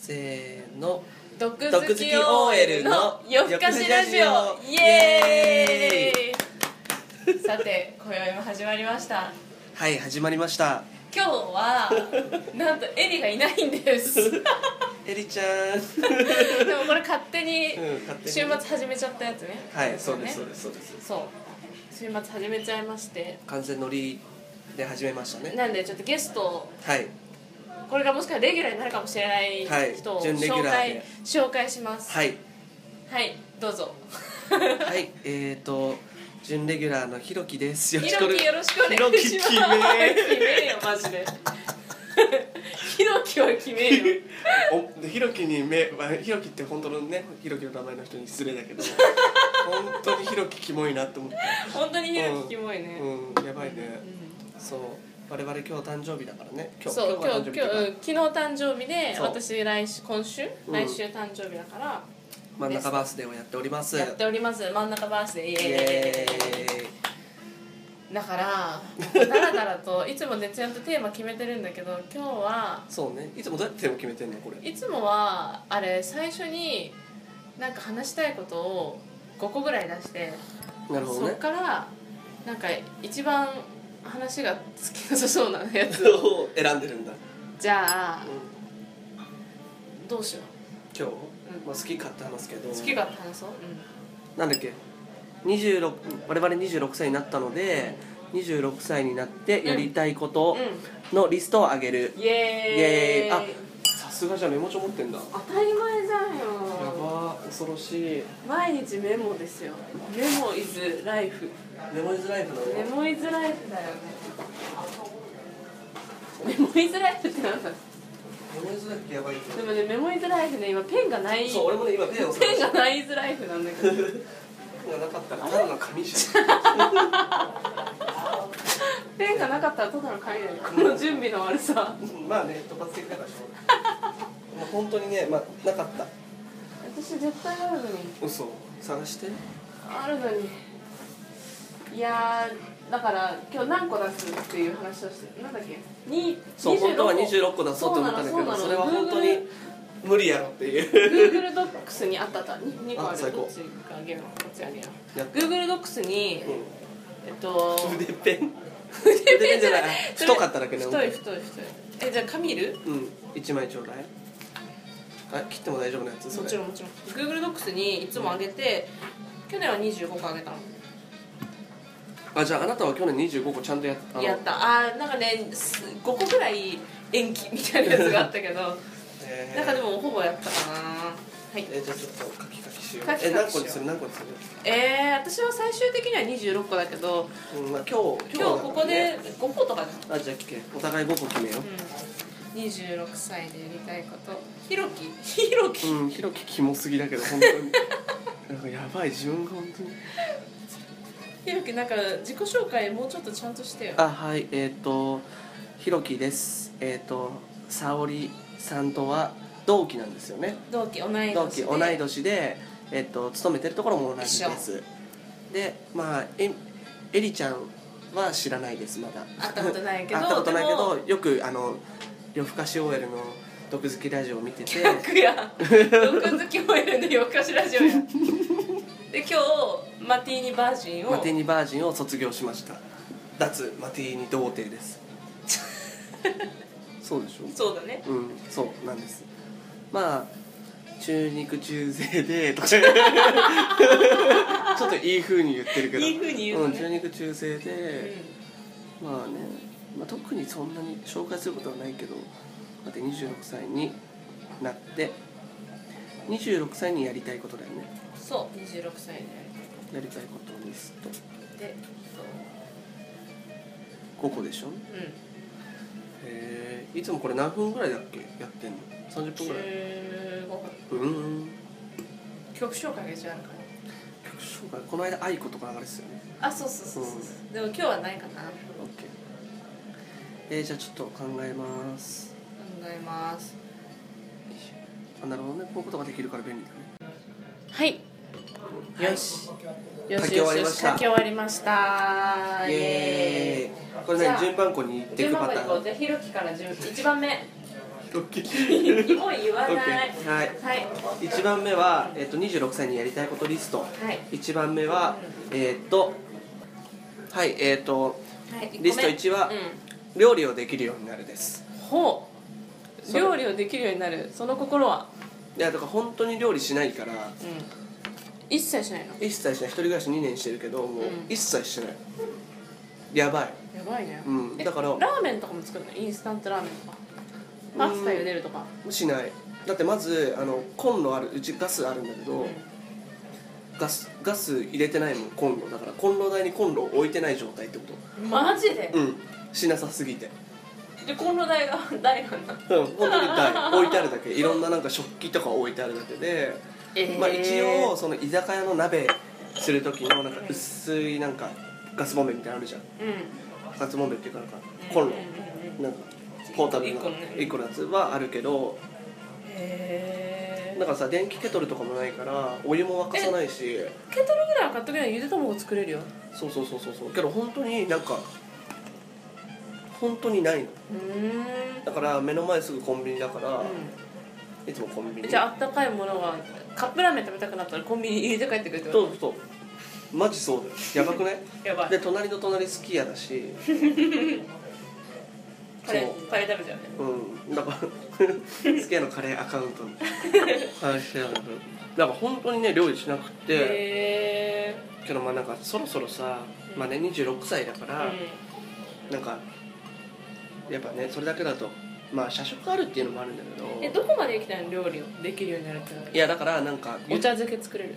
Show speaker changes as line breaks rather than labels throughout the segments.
せーの
毒
毒
好
好
き
き
OL
OL
の
の
夜更かしラジオイ
イ
エ
エ
ーイさて今宵も始まりました
はい始まりました
今日はなんとエリがいないんで すでも
エリちゃん
これ勝手に
うん勝手に
週末始めちゃったやつね
はいそうです
そ
そううですそうです
週末始めちゃいまして
完全乗りで始めましたね
なんでちょっとゲスト
はい
これがもしかしたらレギュラーになるかもしれない
はい
人を
準レギ
紹
ュラー
介
で
紹介します
はい
はいどうぞ
はいえーと準レギュラーのひろきです
ひろきよろしくお願いしま
ひろき決
す。決めよマジで。ひろきは決めよ。
めおひろきに目まあひろきって本当のねひろきの名前の人に失礼だけど本当にひろきキモいなって思って
本当にひろきキモいね。
うんやばいね
うん
そう我々今日誕生日だからね今日
そう今
が誕
日
生日だ
今日
から
うん昨日誕生日で
そう
私来週今週
うん
来週誕生日だから
真ん中バースデーをやっております
やっております真ん中バースデーイ
イ
エ
エ
ー
ーイ
イだからだらだらといつもねちゃんとテーマ決めてるんだけど今日は
そうねいつもどうやって手を決めてんのこれ
いつもはあれ最初になんか話したいことを5個ぐらい出して。
なるほど
そ
ね
っからなんか一番話が好きなさそうなや つを
を選んでるんだ、
じゃあ
うん
どうしよ
今日、まあ、好き勝手話すけど
う好き勝手話そう、
なんだっけ26我々26歳になったので26歳になってやりたいこ
う
と
ん、うん
のリストを上げる、イ
イエーイ
エーイあさすがじゃんメモ帳持ってんだや
当たり前じゃんよ
ばー恐ろしい
毎日メモですよメモイズライフ
メモイズライフの
メモイズライフだよねメモイズライフってなんだで
メモイズライフってやばいよ
もねメモイズライフね今ペンがない
そう俺もね今ペンを探
ペン
して
がないズライフなんだ けど
ペンがなかったらただの紙じ ゃん
ペンがなかったらただの紙だよこの準備の悪さ
うんまあね突発的だからしょうが ないもう本当にねまあなかった
私絶対あるのに
嘘探して
あるのにいやーだから今日何個出すっていう話をしてなんだっけに
そう本当は
26
26個出そうと思ったんだけどそ
そう
れ
な
は
のそうな
本
の
当に無理やろっていう
Google ドックスにあったあった 2, 個あ
あ
る
最高
どっちがあげるのこっちあげる
やっ
Google ドックスに、
う
えっと
ん筆ペン筆ペンじゃない 太かっただけね
太い太い太いえじゃあ紙いる
うん一枚ちょうだいあ切っても大丈夫なやつそ
も
れ
ちろんもちろん Google ドックスにいつもあげて、去年は25個あげたの
あじゃああなたは去年25個ちゃんとやっあの
やったあーなんかねす5個ぐらい延期みたいなやつがあったけど
えー
なんかでもほぼやったかなはい
えじゃあちょっとカキカキしよう
カキ
え
カ
何
キし
個
よう
にする何個にする
えー、私は最終的には26個だけど
うんまあ今日だ
今日
から
ここ
ね
で5個とかじ
あじゃあ聞けお互い5個決めよ
ゃん、うん、26歳でやりたいことひろきひろき
ううんひろきキモすぎだけど本 当になんかやばい自分が本当に
ひろきなんか自己紹介もうちょっとちゃんとしてよ
あはいえっ、とひろきですえっ、と沙織さんとは同期なんですよね
同期同い年で
同期同い年で、えっと勤めてるところも同じですでまあええりちゃんは知らないですまだ
会ったことないけど
会ったことないけ
で
どよくあの夜更かし OL の毒好きラジオを見 てて
逆や毒好きもいるんで夜更かしラジオやで今日マティーニバージンを
マティーニバージンを卒業しました脱マティーニ童貞です そうでしょ
そうだね
うんそうなんですまあ中肉中背で とかちょっといい風に言ってるけど
いい風に言うのね
ん、中肉中背で、
う
まあね、まあ、特にそんなに紹介することはないけどだって26歳になって26歳にやりたいことだよね
ん、そう26歳で
やりたいことリスト
で
5個でしょ
う
へえいつもこれ何分ぐらいだっけやってんの30
ん
分ぐらい
15分
うんうん
曲紹介が一応あるか
曲紹介この間「愛子」とか流れですよね
らあそうそうそうそう、でも今日はないかな考
オッケーえー、じゃあちょっと考えます
えます
あなるほどねこういうことができるから便利だね
はいよしよ
書
し
き終
よ
わ
し
り
よ
ま
し
した
書き終わりましたイエ
イエーイこれ
じゃあ
ね順番こに行っ
ーイ
てい
順
くパ
番まで
タ
いこ
ーン
う じゃあひろきから順1番目
ドキ
キモい言わな
OK
い。
はい
はい。
1番目は、えっと26歳にやりたいことリスト
はい。
1番目はえっとはいえっと
はい
リスト一は
う
料理をできるようになるです
ん、ほう
それ
料理をできるようになるその心は、
いやだから本当に料理しないから
うん、一切しないの
一切しない一人暮らし2年してるけどもう
うん
一切してないやばい
やばいね、
うん
え
だから
ラーメンとかも作るのインスタントラーメンとかパスタ茹でるとか、
しないだってまずあのコンロあるうちガスあるんだけど、
うん
ガスガス入れてないもんコンロだからコンロ台にコンロを置いてない状態ってこ
マジで
とうんしなさすぎて
でコンロ台が 台なんだ
うん本当に台置いてあるだけいろんななんか食器とか置いてあるだけで、まあ、一応その居酒屋の鍋する時のなんか薄いなんかガスボンベみたいなのあるじゃん
うん
ガスボンベっていうかなんかコンロなんかポータブルな
一個のね
1個のやつはあるけど
へえ
だからさ電気ケトルとかもないからお湯も沸かさないし
ケトルぐらいは買っとけばゆで卵作れるよ
そうそうそうそうそうけど本当になんか本当にないの
うーん
だから目の前すぐコンビニだから、
う
いつもコンビニ
ん、じゃああったかいものはカップラーメン食べたくなったらコンビニ入れて帰ってくるって
そ
こ
うそうマジそうだよやばくない
とやばい
で隣の隣すき家だし
カレ
そ
ーカレー食べちゃうね
うんだから すき家のカレーアカウントに返してあるだから本当にね料理しなくて
へえ
けどまあなんかそろそろさまあね26歳だから、なんかやっぱねそれだけだとまあ社食あるっていうのもあるんだけど
えどこまで行きたいの料理をできるようになるってのはい
やだからなんか
お茶漬け作れる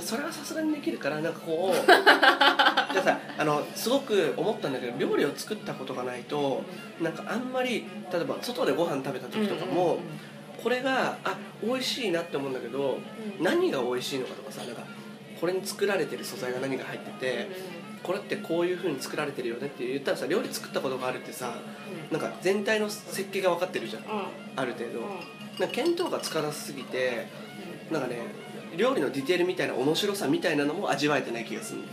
それはさすがにできるからなんかこう じゃあさあのすごく思ったんだけど料理を作ったことがないとなんかあんまり例えば外でご飯食べた時とかも、これがあ美味しいなって思うんだけど何が美味しいのかとかさなんかこれに作られてる素材が何が入ってて、これってこういう風に作られてるよねって言ったらさ料理作ったことがあるってさなんか全体の設計が分かってるじゃんある程度なんか見当がつかなすぎてなんかね料理のディテールみたいな面白さみたいなのも味わえてない気がするの、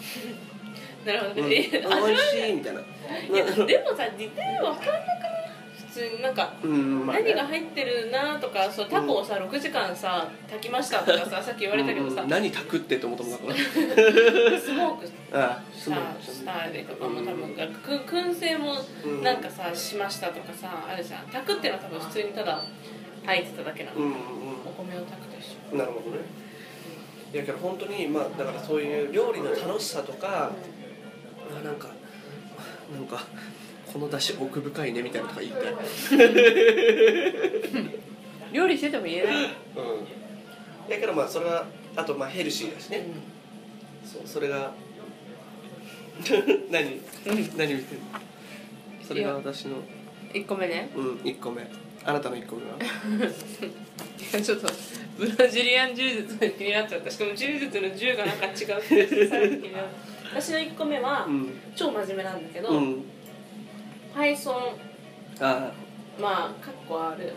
なるほ
う
ど
ん、
ね
美味しいみたいなな
でもさディテール分かんなくない普通になんか
うんまあね
何が入ってるなとかそうタコをさ6時間さ炊きましたとか ささっき言われたけどさ
うん何炊くってと思ったもんだから
スモークし
ああすごい
たしたりとかも多分く燻製も
うん
なんかさしましたとかさあるじゃん炊くってのは多分普通にただ入ってただけなの、
うんうん
お米を炊くと一緒
うんなるほどねいやけど本当にまあだからそういう料理の楽しさとか、あなんかなんかこの出汁奥深いねみたいなとか言いたい、うん、
料理してても言えない、
だけどまあそれはあとまあヘルシーだしね、そうそれが 何、何見てるのそれ
い
が
や
私の
1個目ね
うん1個目あなたの1個目は
いやちょっとブラジリアン柔術が気になっちゃったしかも柔術の柔がなんか違うっていうさっきの私 の1個目は
うん、
超真面目なんだけど、
うん、
Python
あ
まあカッコ R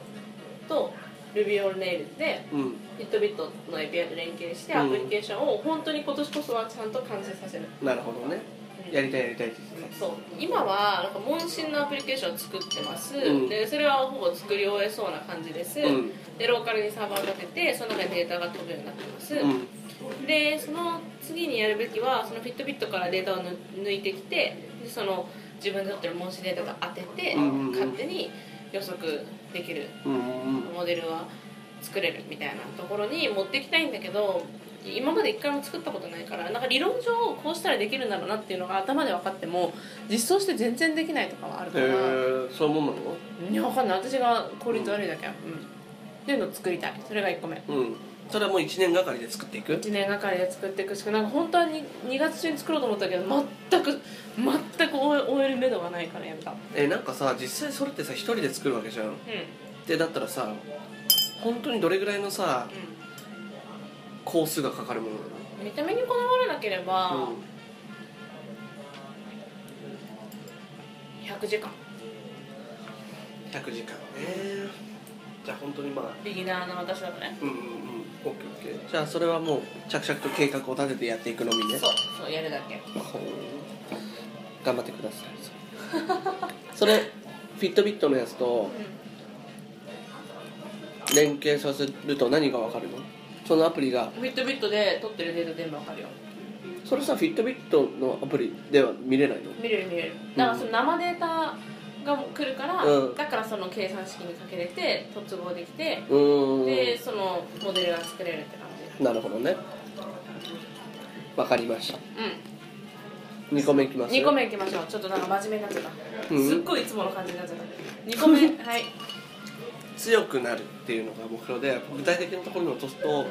と Ruby on Rails で
ーうん
ビットビットの API と連携してアプリケーションを本当に今年こそはちゃんと完成させる、
なるほどね
うん
やりたいやりたいって言って
そう今はなんか問診のアプリケーションを作ってます、
うん
でそれはほぼ作り終えそうな感じです、
たうん
でローカルにサーバーを立ててその中にデータが飛ぶようになってます、
うん
でその次にやるべきはそのフィットビットからデータをぬ抜いてきてでその自分で取ってる問診データと当てて、
うんうんうん
勝手に予測できる
うんうん
モデルは作れるみたいなところに持っていきたいんだけど今まで一回も作ったことないからなんか理論上こうしたらできるんだろうなっていうのが頭で分かっても実装して全然できないとかはある
へ
から、
えそういうもんない
や分かんない私が効率悪いだけ、うんっていうのを作りたいそれが1個目
のうんそれはもう1年がかりで作っていく
1年がかりで作っていくしかなんか本当は 2, 2月中に作ろうと思ったけど全く全く終え終える目処がないからやめたうん
えなんかさ実際それってさ1人で作るわけじゃんでだったらさ本当にどれぐらいのさ工数がかかるものなの
うん見た目にこだわらなければ
う
100時間
ん100時間ねじゃあ本当にまあ
ビギナーの私だとね
うんうんうんオッケーオッケーじゃあそれはもう着々と計画を立ててやっていくのみね
そうそうやるだけ
ほう頑張ってくださいそれフィットビットのやつと連携させると何がわかるのそのアプリが
フィットビットで取ってるデータ全部わかるよ
それさフィットビットのアプリでは見れないの
見れる見れるだからその生データが来るから、
うん
だからその計算式にかけれて突合できて
うー
でそのモデルが作れるって感
んなるほどねわかりました
じう
2個目いきます
ん2個目いきましょうちょっとなんか真面目になっちゃった、
うん
すっごいいつもの感じになっちゃった2個目 はい、
強くなるっていうのが目標で具体的なところに落とすと
う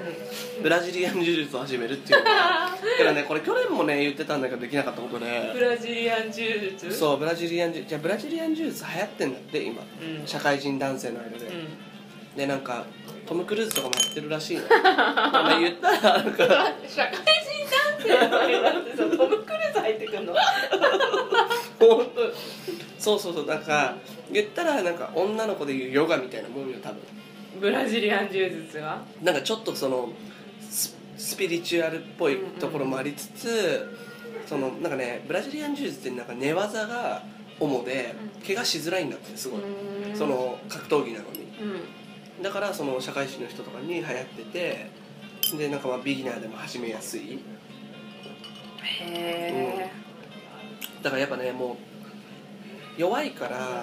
ブラジリアン柔術を始めるっていうのがだからねこれ去年もね言ってたんだけどできなかったこと
ん、ブ
で
ラジリアン柔術う、
そうブラジリアン柔じゃあブラジリアン柔術流行ってんだって今
うん
社会人男性の間で、
うん
でなんかトム・クルーズとかもやってるらし いのまあ言ったらなんか
社会人男性の間だってさトム・クルーズ入ってくんの
本当そうそうそうなんか言ったらなんか女の子で言うヨガみたいなもんよ多分
ブラジリアン柔術が
なんかちょっとそのススピリチュアルっぽいところもありつつ、そのなんかねブラジリアン柔術ってなんか寝技が主で
う
怪我しづらいんだってすごい、その格闘技なのに
う
だからその社会人の人とかに流行っててでなんかまあビギナーでも始めやすい
んへえ
だからやっぱねもう弱いから、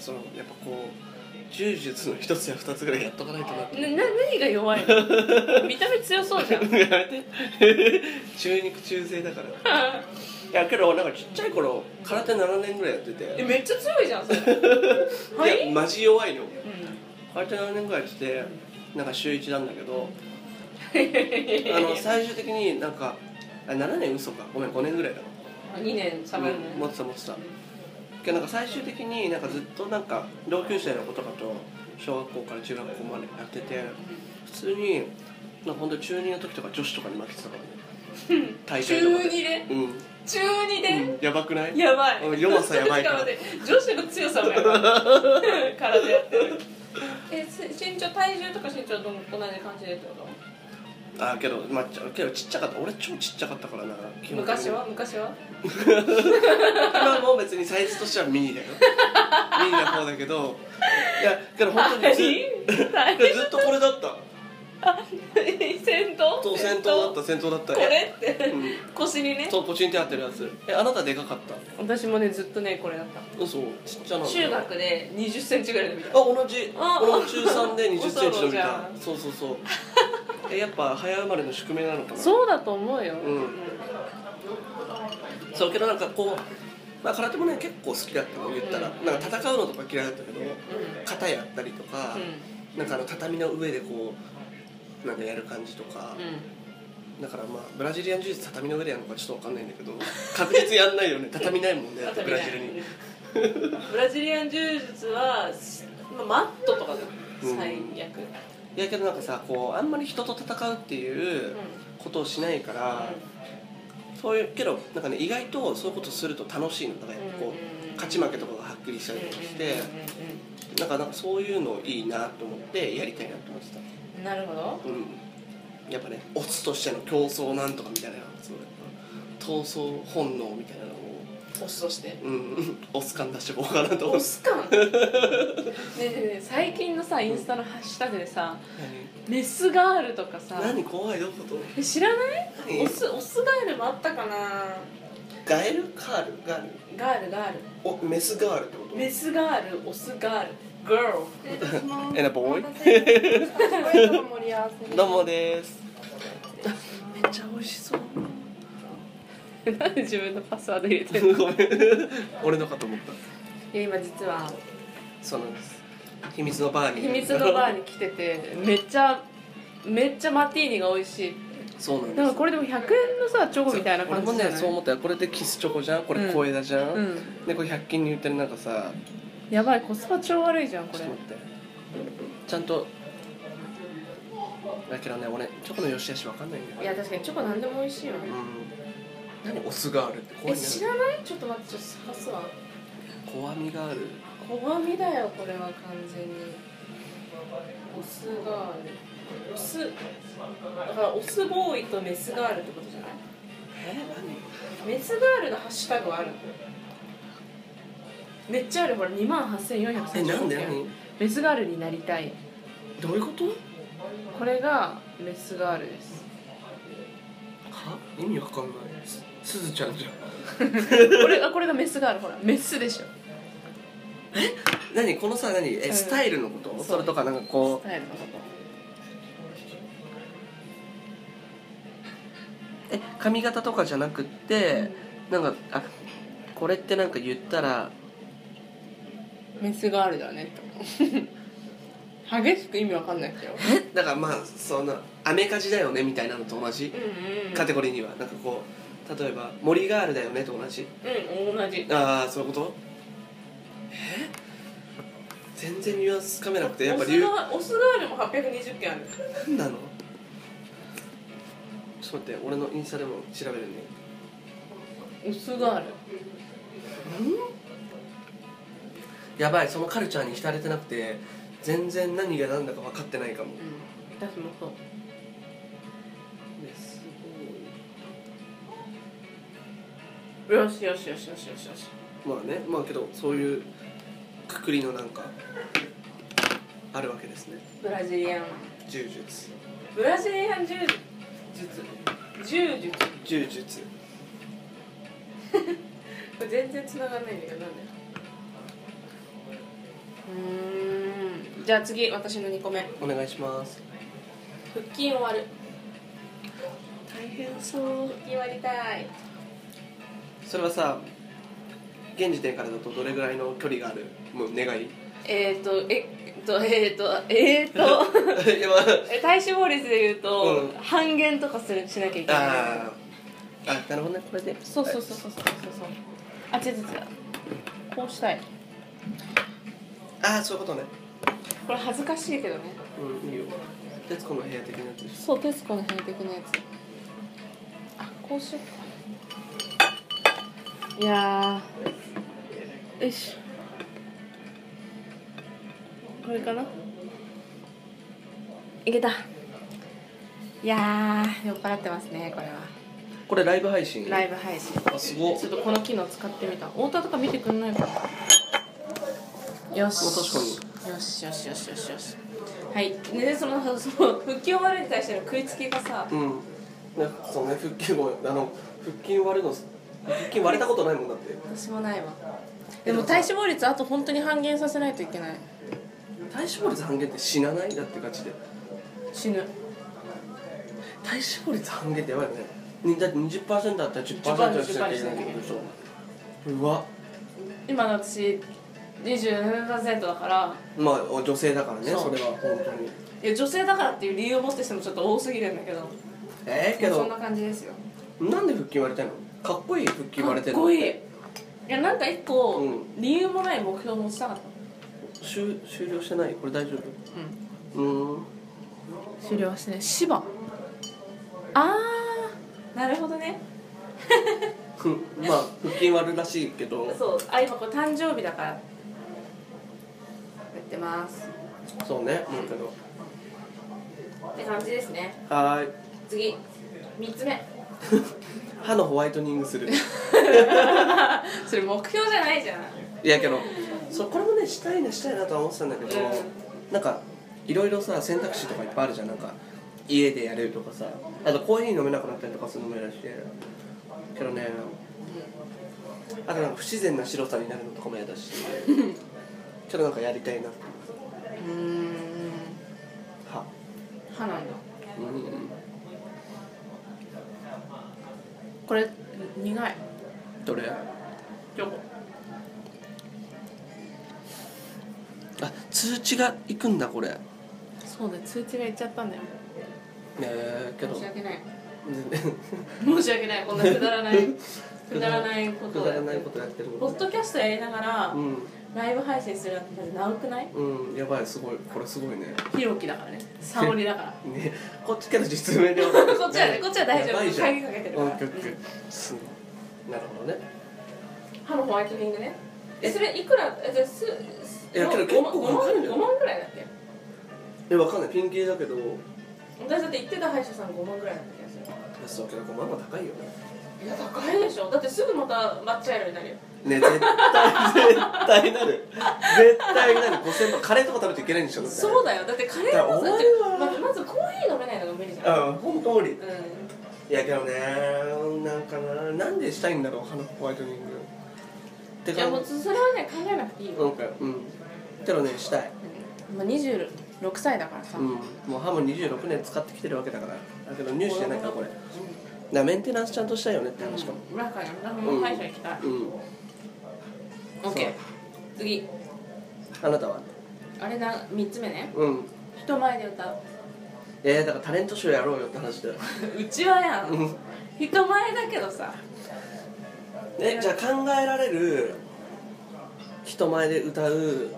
そのやっぱこう柔術の一つや二つぐらいやっとかないとなって
なな何が弱いの見た目強そうじゃんうん
やめて 中肉中背だからいやけどなんかちっちゃい頃空手7年ぐらいやって
え
て
めっちゃ強いじゃんそれ はい
や
い、
マジ弱いの
う
空手7年ぐらいやっててなんか週1なんだけど
ん、
あの最終的になんかあ7年嘘かごめん5年ぐらいだわ
2年差分
うん持ってた持ってたけどなんか最終的になんかずっとなんか同級生の子とかと小学校から中学校までやってて普通になんか本当中2の時とか女子とかに負けてたからね 大会とか
中二で
うん、
中2で、
うんやばくない
やばい
うん弱さやばい から
ちょっと待って女子の強さもやばい 体やってるえす身長体重とか身長どん同じ感じでってこと
あけどまあちょけどちっちゃかった俺超ちっちゃかったからな基本的に
昔は昔は
今も別にサイズとしてはミニだ よミニな方だけどいやけど本当にず
何
ずっとこれだった
戦 闘
そう先頭だった先頭だった
これって
うん
腰にね
そうポチンって合ってるやつえあなたでかかった
私もねずっとねこれだった
嘘ちっちゃなの
中学で2 0センチぐらいの見た
あ同じ
あ
俺も中3で2 0
恐ろ
ンチ伸び
じ
た
ゃん
そうそうそうえやっぱ早生まれの宿命なのかなう
そうだと思うよ、
うんそうけどなんかこう、まあ、空手もね結構好きだったの言ったら、
うん
なんか戦うのとか嫌いだったけど
う
肩やったりとか、なんかあの畳の上でこうなんかやる感じとか、
んうん
だからまあブラジリアン柔術畳の上でやるのかちょっとわかんないんだけど確実やんないよね畳ないもんねだってブラジルに
ブラジリアン柔術は、まあ、マットとかだよ
うん
最悪、
いやけどなんかさこうあんまり人と戦うっていうことをしないから、そういうけどなんかね意外とそういうことすると楽しいのだからやっぱこう、勝ち負けとかがはっきりしたりとかして、なんかなんかそういうのいいなと思ってやりたいなと思ってた、
うんなるほど
うん、やっぱねオツとしての競争なんとかみたいなのがすごい闘争本能みたいなのを、
オスとして
うん、 オス感出していこうかなと思
オ
って
ス感ねえねえねえ最近のさインスタのハッシュタグでさメスガールとかさ
何何怖いどういうこと
え知らない
何
オスオスガールもあったかな
ガエルカールガール
ガールガール
おメスガールってこと
メスガールオスガールガール
And a boy どうもですめっちゃ美味しそう
なんで自分のパスワード入れてるの
ごめん俺のかと思った
いや今実は
そうなんです秘密のバーに
秘密のバーに来ててめっちゃめっちゃマティーニが美味しい
そうなんです
なんかこれでも100円のさチョコみたいな感じじゃ
俺
ない
もねそう思ったよこれでキスチョコじゃんこれ小枝じゃん、
うん
でこれ100均に売ってるなんかさ
やばいコスパ超悪いじゃんこ
ちょっ
れ
と待ってちゃんとだけどね俺チョコの良し悪し分かんないんだよ
いや確かにチョコなんでも美味しいよね
うん何オスガールって怖
え
いね
知らないちょっと待ってちょっと探すわ
怖みがある
小みだよこれは完全にオスガールオスだからオスボーイとメスガールってことじゃない
え何
メスガールのハッシュタグはあるめっちゃあるほら2万8436
えなんで何
メスガールになりたい
どういうこと
これがメスガールです
は意味わかんないすすずちゃんじゃん
これあこれがメスガールほらメスでしょ
何このさ何
う
え
ん
スタイルのこと、
そう
それとかなんかこ
スタイルのこと
うえ髪型とかじゃなくって、なんかあこれってなんか言ったら
メスガールだねと激しく意味わかんないけど
えだからまあそんなアメカジだよねみたいなのと同じ
うんうん
カテゴリーにはなんかこう例えば森ガールだよねと同じ
うん同じ
ああそういうことえ全然ニュアンスつかめなくてやっぱり
オスガーオスガールも820件ある
何なのちょっと待って俺のインスタでも調べるね
オスガール
やばいそのカルチャーに浸れてなくて全然何が何だか分かってないかも
うん私もそう
です
よしよしよしよしよしよし
ごいまあねまあけどそういうくくりのなんかあるわけですね
ブラジリアン
柔術
ブラジリアン柔術柔術こ
柔術
れ全然繋がんないんだけどなんでうーんじゃあ次私の2個目
お願いします
腹筋を割る
大変そう
腹筋割りたい
それはさ現時点からだとどれぐらいの距離があるもう願 い
えっ、ー、とえっとえっ、ー、とえっ、ー、と
いやまあ
え体脂肪率で言うと、
うん
半減とかするしなきゃいけない
あーあなるほどねこれで
そうそうそうそうそうそうそうあ違う違う違うこうしたい
ああそういうことね
これ恥ずかしいけどね
うんいいよ徹子の部屋的なやつです
そう徹子のヘイテクのやつあこうしようかいやーよいしこれかないけたいやー酔っ払ってますねこれは
これライブ配信
ライブ配信
あすごっもう
ちょっとこの機能使ってみた太田とか見てくんないかなよし
確かに
よしよしよしよしよしはいでそのその復帰を悪いに対しての食いつきがさ
うんなんかそうね腹筋ごめんあの腹筋割るの腹筋割れたことないもんだって
私もないわでも体脂肪率あと本当に半減させないといけない
体脂肪率半減って死なないだってガチで
死ぬ
体脂肪率半減ってやばいよねにだって20%あったら10%にしなきゃいけないってことでしょうわ
今の私27%だから
まあお女性だからね
そう
それは本当に
いや女性だからっていう理由を持ってしてもちょっと多すぎるんだけど
えー、け
そん
ど
な感じですよ
なんで腹筋割りたいのかっこいい腹筋割れて
かっ
る
こいいいやなんか一個、
うん
理由もない目標を持ちたかった
終終了してないこれ大丈
う
夫
ん
うーん
終了はしてね芝あーなるほどね
ふんまあ腹筋割るらしいけど
そうあ今これ誕生日だからやってます
そうねもうけど
って感じですね
はーい
次3つ目
歯のホワイトニングする
それ目標じゃないじゃん
いやけどそうこれもねしたいなしたいなとは思ってたんだけど、
う
なんかいろいろさ選択肢とかいっぱいあるじゃんなんか家でやれるとかさあとコーヒー飲めなくなったりとかするのもやだしけどねあとなんか不自然な白さになるのとかもやだ しちょっとなんかやりたいな
うん
歯
歯なんだ
うん
これ苦い
どれ
チョコ
あ通知が行くんだこれ
そうね通知がいっちゃったんだよ
えー、け
申
ど
し訳ない
く
申し訳ないこんなくだ らないくだらないことを
だら
やっ
な
て
い
る
ことやってる
ポッドキャストやりながら、
うん
ライブ配信するなんて長くない
うんやばいすごいこれすごいね
ひろきだからね沙織だ から
ねこっちから実名でこ
こっちはねこっちは大丈夫
やばいじゃん
鍵かけてるから
オッケーオッケーすごいなるほどね
歯のホワイトニングねえ
え
それいくらえじゃあすす
いやけど結構
5万
かかるよ
5万ぐらいだっけ
えわかんないピンキリだけど
私だって言ってた歯医者さん5万ぐらいだった気がする
安だけど5万は高いよね
いや高いでしょだってすぐまた抹茶色になるよ
ね絶対絶対なる絶対なる5000万カレーとか食べていけないんでしょ
そう
だ
だよだってカレーの
だ
ま
から終わ
ず
るわ
まずまずコーヒー飲めないのが無理じゃん
うん本当無理
うん
いやけどねなんかななんでしたいんだろう鼻ホワイトニングって
いやもう
感じ
それはね考えなくていいよ、
なんかうんけどねしたい
まあ、26歳だからさ、
うんもうハム26年使ってきてるわけだからだけど入手じゃないからこれだからメンテナンスちゃんとしたいよねって話かも
うん、なんかやんもう歯医者行きたい、
うん、
オッケー次
あなたは
あれだ3つ目ね
うん
人前で歌う
えー、だからタレントショーやろうよって話だよ
うちはや
うんん
人前だけどさ
えじゃあ考えられる人前で歌う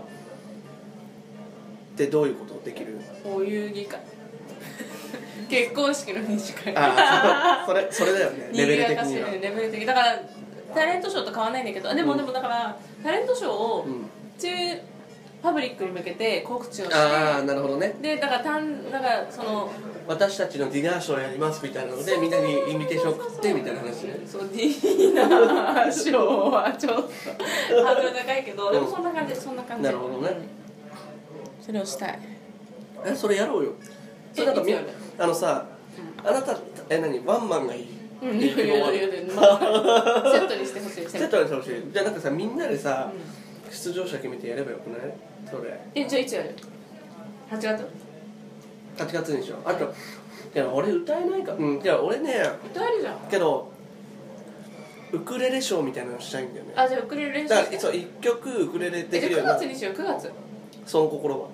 ってどういうことできる
お遊戯会 結婚式の二次会
ああそれそれだよねレベル的
に
に
ぎや
は
かしレベル的だからタレントショーと変わらないんだけどあでも、
うん
でもだからタレントショーを
うん
中パブリックに向けて告知をして
ああなるほどね
でだからたんだからその
私たちのディナーショーやりますみたいなのでみんなにインビテーション送ってみたいな話ね
そうディーナーショーはちょっとハードル高いけどでもそんな感じそんな感じ
なるほどね
うんそれをしたい
えそれやろうよそれなんかみ
えいつやる
あのさあなたえ何ワンマンがいい
うん
っていう希望はある
セットにしてほし い
ちょっと待ってほしいじゃあなんかさみんなでさ、出場者決めてやればよくないそれ
えじゃあいつやる8月
8月にしようあといや俺歌えないかうんいや俺ね
歌えるじゃん
けどウクレレショーみたいなのしたいんだよね
あじゃあウクレレ練習
だ
し
か
て
らそう1曲ウクレレでき
えじ
る
ゃ
ようにな
あ9月にしよう9月
その心は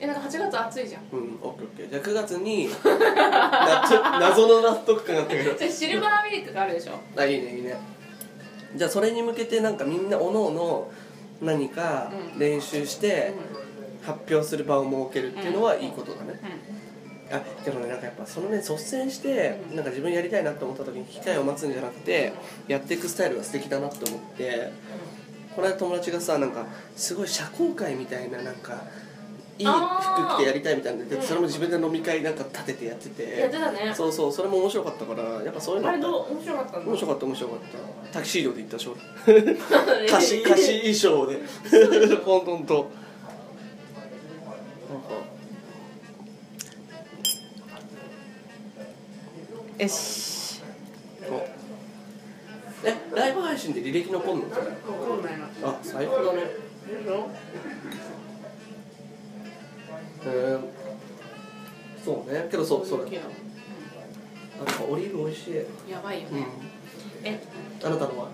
えなんか8月暑いじゃん
うんオッケーオッケーじゃあ9月に なちょ謎の納得感があったけど
じゃあシルバーウィークがあるでしょ
あいいねいいねじゃあそれに向けてなんかみんなおのおの何か
うん
練習し
うん
て発表する場を設けるっていうのはいいことだね、あでもねなんかやっぱそのね率先して
うん
なんか自分やりたいなと思った時に機会を待つんじゃなくてやっていくスタイルが素敵だなと思ってこの間友達がさなんかすごい社交界みたいななんかいい服着てやりたいみたいなんで
あー
それも自分で飲み会なんか立ててやって
やって
て
たね
そうそうそれも面白かったからやっぱそういうの
あ
あっ
れ
た
どう面白かったの
面白かった面白かった タキシードで行ったでしょ
った
貸し貸し衣装 でほんとほんとなんか
よし
おえライブ配信で履歴残んのそれ
わかんないな
あ最高だねうんそうねけどそうそうだあなんかオリーブ美味しい、うん、
やばいよねえ
あなたのは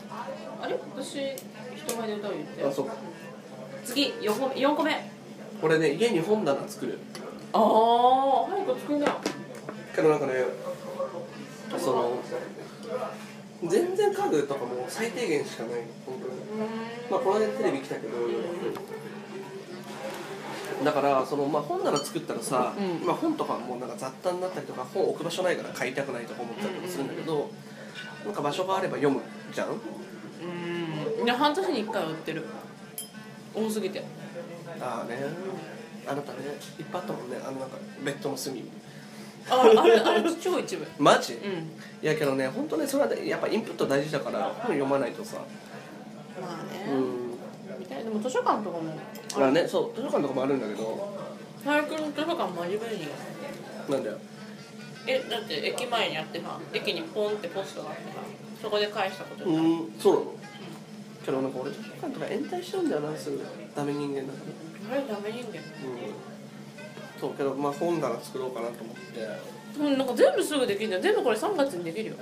あれ私人前で歌う言って
あそう
次4個目4個目あ
これね家に本棚作る
あ早く作んなよ
けどなんかねその全然家具とかも最低限しかない本当にまあこの間テレビ来たけどだからその、まあ、本なら作ったらさ、
うん
まあ、本とかはもうなんか雑多になったりとか本置く場所ないから買いたくないとか思ったりとかするんだけど、なんか場所があれば読むじゃん
うんいや半年に1回は売ってる多すぎて
ああねあなたねいっぱいあったもんねあのなんかベッドの隅
ああれあれ超一部う
マジ、い
ん
やけどね本当ねそれはねやっぱインプット大事だから本読まないとさ
まあ
う
ね
ん
みたいでも図書館とかも
ほらねそう図書館とかもあるんだけど
早くの図書館真面目に
なんだよ
えだって駅前にあってさ駅にポンってポストがあってさそこで返したこと
う
になる
んそうなのけどなんか俺図書館とか延滞しちゃうんだよなすぐダメ人間だから
あれダメ
う
人間
んそうけどまあ本棚作ろうかなと思って
うん、なんか全部すぐできるんだよ全部これ3月にできるよ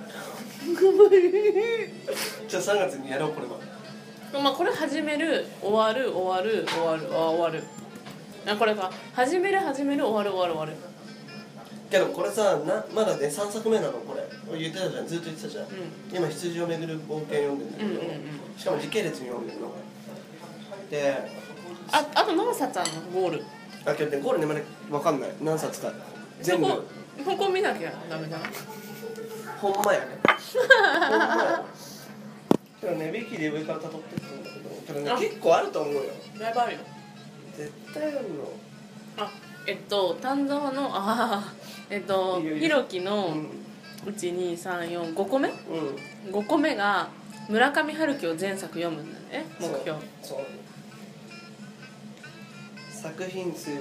じゃあ3月にやろうこれは
まあこれ始める終わる終わる終わるあ終わるあこれか始める始める終わる終わる終わ
けどこれさなまだね3作目なのこれ言ってたじゃんずっと言ってたじゃん、
る
今羊を巡る冒険読んでるんだけ
うんうん
ど、
うんうん
しかも時系列に読んでるので
ああと何冊あるのゴール
あけどねゴールねまだ分かんない何冊か全部
ここここ見なきゃダメだな
ほんまやねほんまやけどねビキで上から辿ってきたんだけどけど
あ
ね結構あると思うよ
だいぶあるよ
絶対あるの
あえっと丹沢のああえっと
いいよいい
ひ
よ
ろきの
ん
1234 5個目
うん
5個目が村上春樹を前作読むんだね目標
そうそう作品数を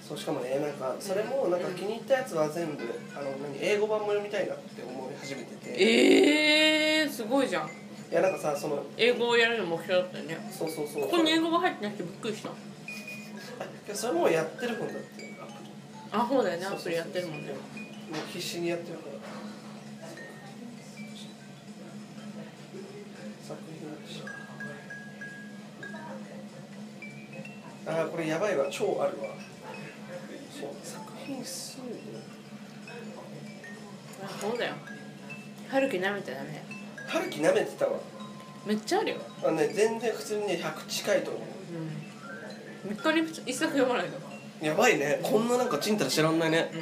そうしかもねなんかそれもなんか気に入ったやつは全部あの何英語版も読みたいなって思い始めてて
えー、すごいじゃん
いやなんかさその
英語をやるの目標だったよね
そうそうそう
ここに英語が入ってなくてびっくりした
いやそれもうやってるもんだってアプリ
あそうだよねアプリやってるもんね
もう必死にやってるから作品のしあーこれやばいわ超あるわそう作品数
あそうだよ春樹舐めちゃダメだよ
春樹舐めてたわ
めっちゃあるよ
あのね全然普通にね100近いと思
うん3日に一作読まないと
うやばいねこんななんかちんたら知らんないね
うん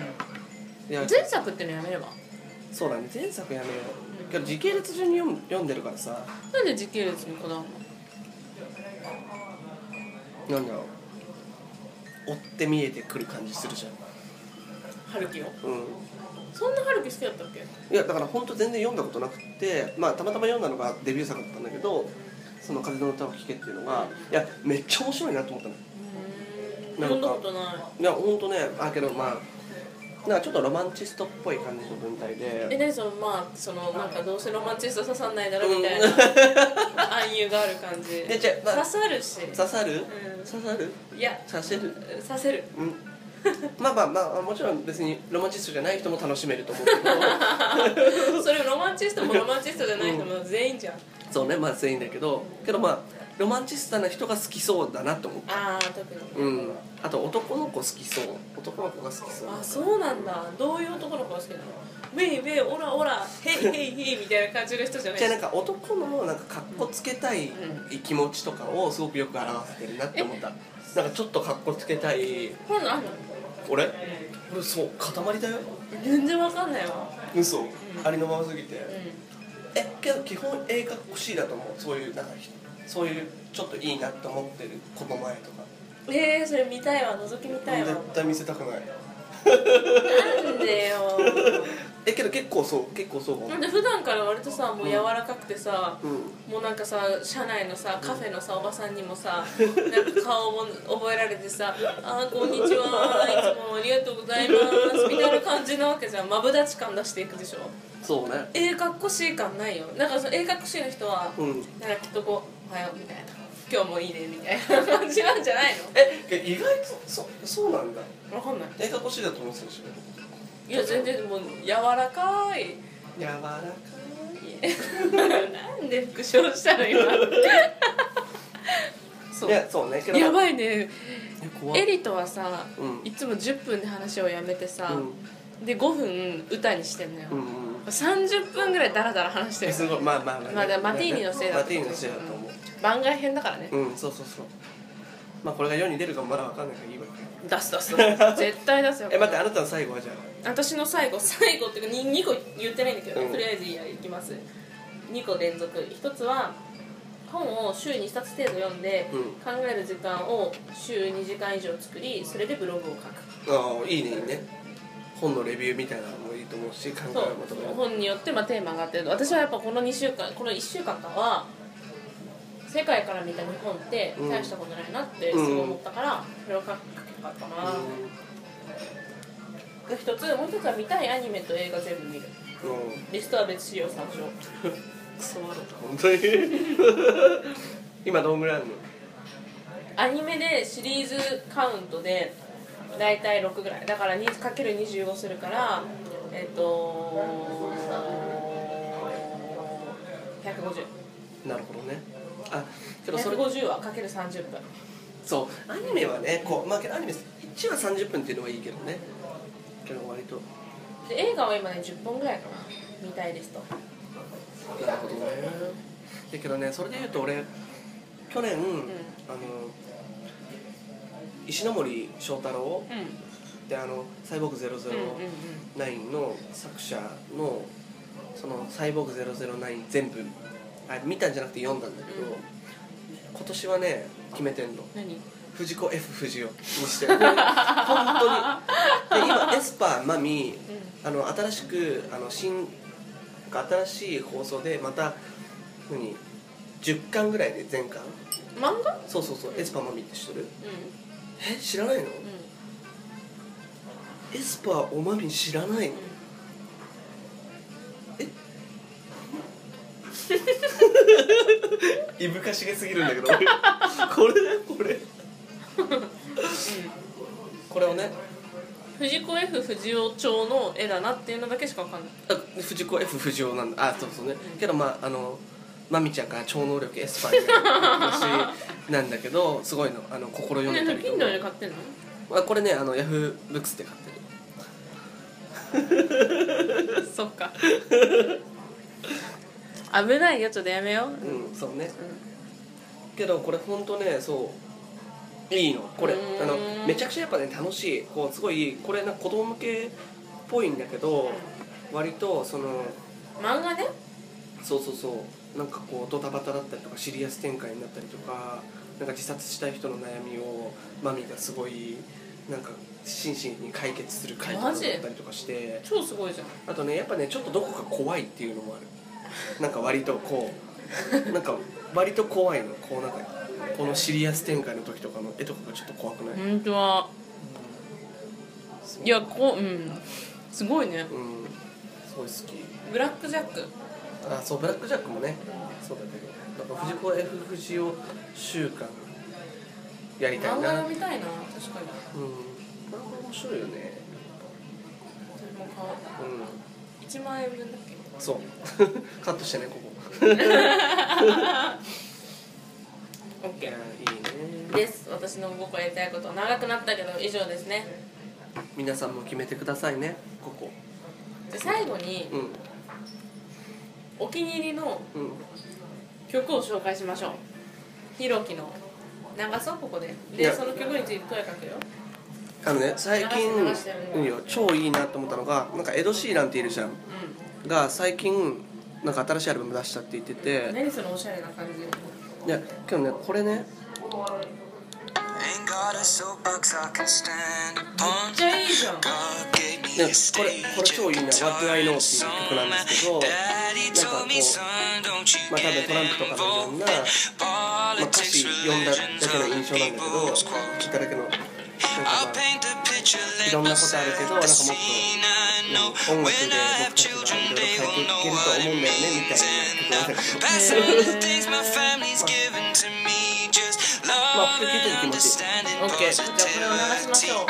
いや
前作ってのやめれば
そうだね前作やめよ
うん
うけど時系列順に読む読んでるからさ
なんで時系列にこだわるの
なんだろう追って見えてくる感じするじゃん
春樹を
うん
そんな春樹好きだったっけ
いやだから本当全然読んだことなくて、まあ、たまたま読んだのがデビュー作だったんだけど「その風の歌を聴け」っていうのがいやめっちゃ面白いなと思ったの
うーん
なんか
読んだことない
いや本当ねあけどまあなんかちょっとロマンチストっぽい感じの文体
え
で
何そのまあそのなんかどうせロマンチスト刺さんないだろみたいな暗喩がある感じ
でじゃあま
刺
あ
さるし
刺さる
う
刺さる
んいや
刺せる
刺せる
うんまあまあまあもちろん別にロマンチストじゃない人も楽しめると思うけど
それロマンチストもロマンチストじゃない人も全員じゃん、
そうねまあ全員だけどけどまあロマンチストな人が好きそうだなと思って
ああ特に、
うんあと男の子好きそう男の子が好きそう
あそうなんだどういう男の子が好きなのウェイウェイオラオラヘイヘイヘイみたいな感じの人じゃない
じゃあなんか男のなんかかっこつけたい
うん
気持ちとかをすごくよく表せてるなって思ったなんかちょっとかっこつけたい
ほんなんあんの
俺俺そう塊だよ
全然わかんないわ
嘘ありのまますぎて
う
えけど基本映画欲しいだと思うそういうなんかひそういうちょっといいなって思ってる子供前とか
んえー、それ見たいわ覗き見たいわ
絶対見せたくない
なんでよ
えけど結構そう結構そうかも
なんで普段から割とさもう柔らかくてさ、
うん
もうなんかさ社内のさカフェのさおばさんにもさなんか顔も覚えられてさ「あーこんにちはいつもありがとうございます」みたいな感じなわけじゃんまぶだち感出していくでしょ
そうね
ええかっこしい感ないよなんかそのええかっこしいの人は、
うん
なんかきっとこう「おはよう」みたいな「今日もいいね」みたいな感じなんじゃないの
え意外とそそうなんだ
わかんない
映画欲しいだと思ってたでし
いや全然もう柔らかい
ょやわらか
いえなんで復唱した の今そ
いうやそうねけど
やばいね
え怖い
エリとはさ、
うん
いつも10分で話をやめてさ、
う
で5分歌にしてんのよ、
んうんうん
30分ぐらいダラダラ話して
え
る
すごいまあまあまあ、
まあでもマティーニのせいだ
マ
と
テ
思
ィーニ
う
のせいだと思
番外編だからね、
ううんそうそうそうまあこれが世に出るかもまだわかんないからいいわ
出す出す 絶対出すよ
え待ってあなたの最後はじゃあ
私の最後最後っていうか 2, 個言ってないんだけどね、
うん
とりあえずいいやいきます2個連続1つは本を週に1冊程度読んで、
うん
考える時間を週2時間以上作りそれでブログを書く
ああいいねいいね本のレビューみたいなのもいいと思うし考え
そう
もとか
本によってまあテーマがあって私はやっぱこの2週間この1週間かは世界から見た日本って
うん
大したことないなってすごい思ったから、それを書くかったな、で一つもう一つは見たいアニメと映画全部見る
うんうん
リストは別資料参照 クソ悪い
本当に 今どんぐらいあるの
アニメでシリーズカウントで大体6ぐらいだから 2×25 するからえっと150
なるほどねあけどそれ
150は ×30 分
そうアニメはねこうまあけどアニメ1話30分っていうのはいいけどねけど割と
で映画は今ね10本ぐらいかなみたいですと
なるほどねだけどねそれで言うと俺去年、あの石ノ森章太郎
うんうん
であの「サイボーグ
うんうん
009」の作者のその「サイボーグ009」全部あ見たんじゃなくて読んだんだけど、
うん
今年はね決めてんの
何
藤子 F 不二雄にしてる本当にで今エスパーマミ
う
あの新しくあの新新しい放送でまた何10巻ぐらいで全巻
漫画
そうそうそう、
うん
エスパーマミって知ってる
う
え知らないの
ん
エスパーおまみ知らないの
う
いぶかしげすぎるんだけどこれだよこれ
ん
これをね
藤子 F 不二雄町の絵だなっていうのだけしかわかんない
あ藤子 F 不二雄なんだあそうそうねけどまああのまみちゃんが超能力エスパーになる 話なんだけどすごいのあの心読
ね
めたり
ピ
と
ン
か
ドルで買ってんの
あこれねあのヤフーブックスで買ってる
そっか 危ないよちょっとやめよう、
うんそうねけどこれ本当ねそういいのこれ
うーん
あのめちゃくちゃやっぱね楽しいこうすごいこれなんか子供向けっぽいんだけど割とその
漫画ね
そうそうそうなんかこうドタバタだったりとかシリアス展開になったりとかなんか自殺したい人の悩みをマミがすごいなんか真摯に解決する回とかだ
マ
っ
ジ
たりとかして
超すごいじゃん
あとねやっぱねちょっとどこか怖いっていうのもあるなんか割とこうなんか割と怖いのこうなんかこのシリアス展開の時とかの絵とかがちょっと怖くない、
本当は
そう
いやこううんすごいね
うんすごい好き
ブラックジャック
あそうブラックジャックもねそうだけどなんか藤子 F 不二雄週間やりたい
漫画
なうん
読みたいな確かに
これも面白いよね
でも買おう
う
1万円分だっけ
んそう カットしてねここ
オッ
い
ケ
やいい
ー
ね
です私の僕がやりたいこと長くなったけど以上ですね
皆さんも決めてくださいねここ
じゃあ最後に
うん
お気に入りの
うん
曲を紹介しましょうひろきの流そうここで
い
で
や
その曲について声かけよ
あのね最近
流して流して
いいよ超いいなと思ったのがなんかエド・シーランっているじゃん
う
が最近なんか新しいアルバム出したって言って
ん
て
何そのおしゃれな感じ
いや今日ねこれね
Ain't got a soapbox I can stand
め
upon.
っちゃいいじゃん
God gave
ね
me a
これ
stage
これ超いいな「What Do I Know」っていう曲なんですけど
Daddy
なんかこ
told me,
う
son, don't you
まあ多分
get
トランプとかのいろん
involved
な、ま
in
あ、歌詞
politics,
読んだだ
religions,
けの
other
印象なんだけど
people's
聞
quotes.
いただけのなんか
I'll
ま
paint a picture,
い
let
ろんなことあるけどなん
myself
か
the
もっ
scene I
と
know.
音楽
When
で
I
僕たち
have
が
children,
いろいろ
they will know
変えていけると思うんだ
what it
よねみたいな曲なんだ
means. And
けど
pass on the things my family's given to me. Just love and understanding,
オッケーじゃあこれを流しまし
positivity.
ょう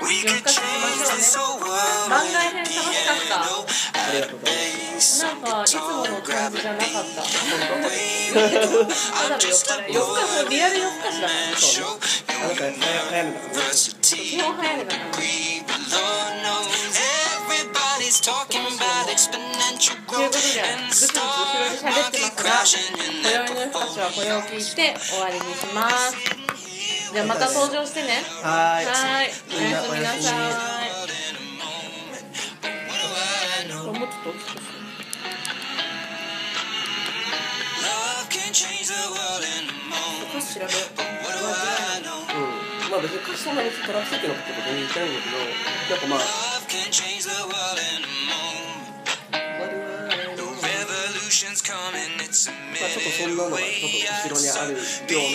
We
could
could
change
change
this
this whole world.
番外編楽しかっ
ありがとうございます
たなんかいつもの感じじゃなかったただの酔っ払い夜更かしリアル夜更かしだね
そうねあなんか流行るんだからね
基本早いだからということでぐつぐつ後ろで喋ってますが今宵の人たちはこれを聞いて終わりにしますじゃあまた登場してね
はーい
はーいお
みん
や
なおやすみ
すみなさい
Love
これもうちょっと大きくして
can change the world in a moment.
歌詞調べよ
What do I know?
うんまあ別に歌詞そんなにトラックっていうのこと全然言ってないんだけどなんかまあ
Love can change the world in a moment.
我
The
々の
revolution's coming, it's a
まあちょっとそんな
minute
のがちょっと
away.
後ろにあるよ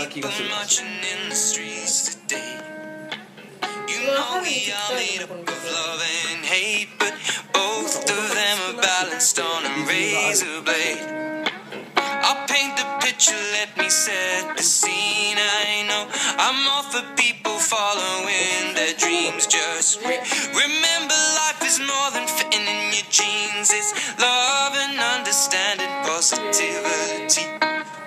うな気
People
がする
marching in the streets today. You
Well, how
know
did
we
you
all
tell
made
them
up
when we
of
did?
love and hate, but both of them are balanced on a razor blade. I'll paint the picture, let me set the scene. I know I'm all for people following their dreams. Just re- remember life is more than fitting in your jeans. It's love and understanding, positivity.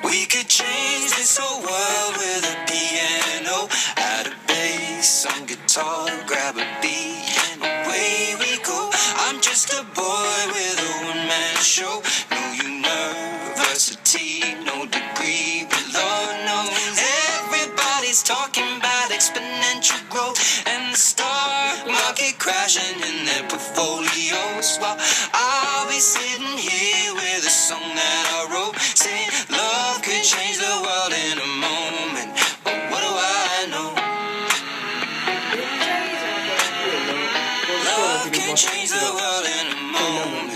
We could change this whole world with a piano, add a bass on guitar, grab a beat, and away we go. I'm just a boy with a one-man show. No university, no degree, but Lord knows everybody's talking about exponential growth and the stock market crashing in their portfolios. While I'll be sitting here with a song that I wrote, saying love could change the world in a moment. But what do I know?
めっちゃいいじゃんこれ
Love can change the world in a moment.